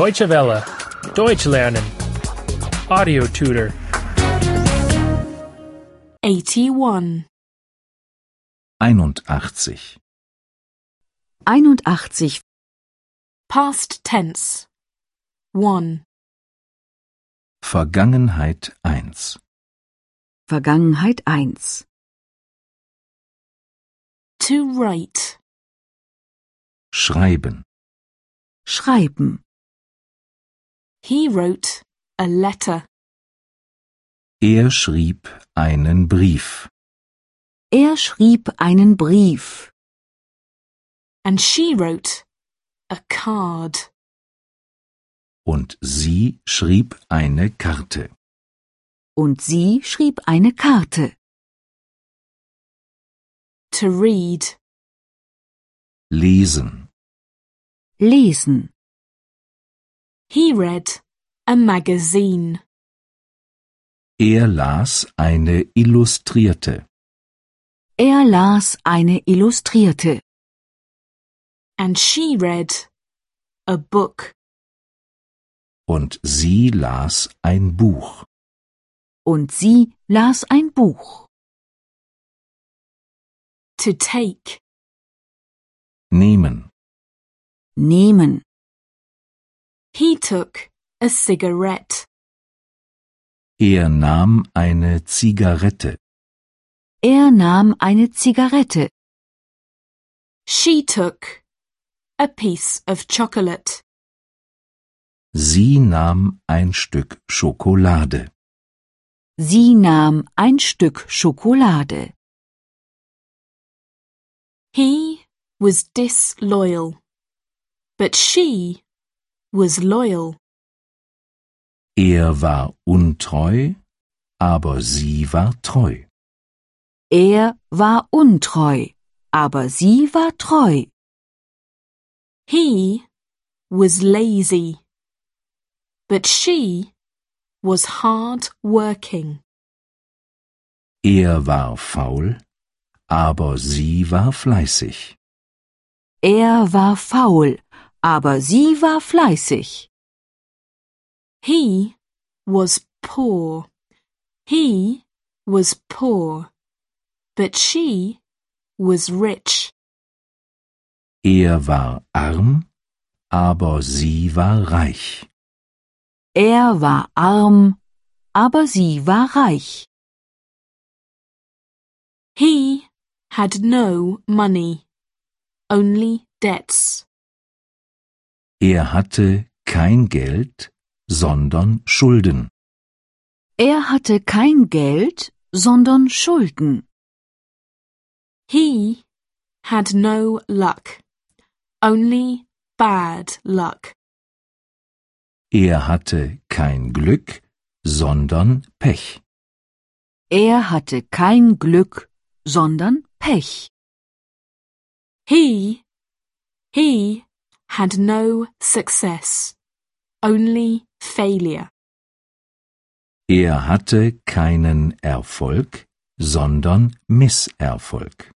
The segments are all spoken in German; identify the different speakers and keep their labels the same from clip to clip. Speaker 1: Deutsche Welle. Deutsch lernen. Audio tutor.
Speaker 2: 81.
Speaker 3: 81.
Speaker 4: 81.
Speaker 2: Past tense. 1.
Speaker 3: Vergangenheit 1.
Speaker 4: Vergangenheit 1.
Speaker 2: To write.
Speaker 3: Schreiben.
Speaker 4: Schreiben.
Speaker 2: He wrote a letter.
Speaker 3: Er schrieb einen Brief.
Speaker 4: Er schrieb einen Brief.
Speaker 2: And she wrote a card.
Speaker 3: Und sie schrieb eine Karte.
Speaker 4: Und sie schrieb eine Karte.
Speaker 2: To read.
Speaker 3: Lesen.
Speaker 4: Lesen.
Speaker 2: He read a magazine.
Speaker 3: Er las eine Illustrierte.
Speaker 4: Er las eine Illustrierte.
Speaker 2: And she read a book.
Speaker 3: Und sie las ein Buch.
Speaker 4: Und sie las ein Buch.
Speaker 2: To take.
Speaker 3: Nehmen.
Speaker 4: Nehmen.
Speaker 2: He took a cigarette.
Speaker 3: Er nahm eine Zigarette.
Speaker 4: Er nahm eine Zigarette.
Speaker 2: She took a piece of chocolate.
Speaker 3: Sie nahm ein Stück Schokolade.
Speaker 4: Sie nahm ein Stück Schokolade.
Speaker 2: He was disloyal, but she was loyal.
Speaker 3: Er war untreu, aber sie war treu.
Speaker 4: Er war untreu, aber sie war treu.
Speaker 2: He was lazy, but she was hard working.
Speaker 3: Er war faul, aber sie war fleißig.
Speaker 4: Er war faul, aber sie war fleißig.
Speaker 2: He was poor. He was poor, but she was rich.
Speaker 3: Er war arm, aber sie war reich.
Speaker 4: Er war arm, aber sie war reich.
Speaker 2: He had no money, only debts.
Speaker 3: Er hatte kein Geld, sondern Schulden.
Speaker 4: Er hatte kein Geld, sondern Schulden.
Speaker 2: He had no luck, only bad luck.
Speaker 3: Er hatte kein Glück, sondern Pech.
Speaker 4: Er hatte kein Glück, sondern Pech.
Speaker 2: He, he had no success, only failure.
Speaker 3: Er hatte keinen Erfolg, sondern Misserfolg.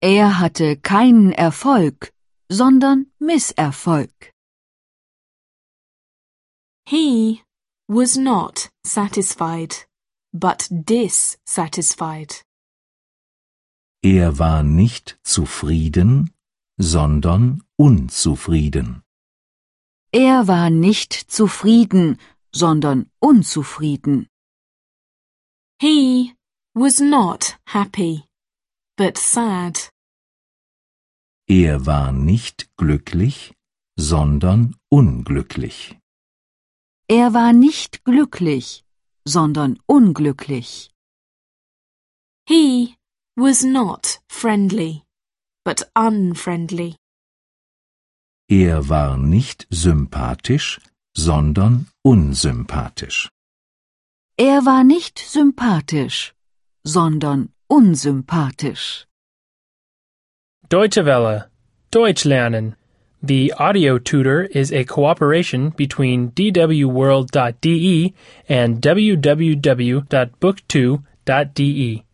Speaker 4: Er hatte keinen Erfolg, sondern Misserfolg.
Speaker 2: He was not satisfied, but dissatisfied.
Speaker 3: Er war nicht zufrieden, sondern unzufrieden.
Speaker 4: Er war nicht zufrieden, sondern unzufrieden.
Speaker 2: He was not happy, but sad.
Speaker 3: Er war nicht glücklich, sondern unglücklich.
Speaker 4: Er war nicht glücklich, sondern unglücklich.
Speaker 2: He was not friendly, but unfriendly.
Speaker 3: Er war nicht sympathisch, sondern unsympathisch.
Speaker 4: Er war nicht sympathisch, sondern unsympathisch.
Speaker 1: Deutsche Welle. Deutsch lernen. The audio tutor is a cooperation between E dwworld.de and www.book2.de.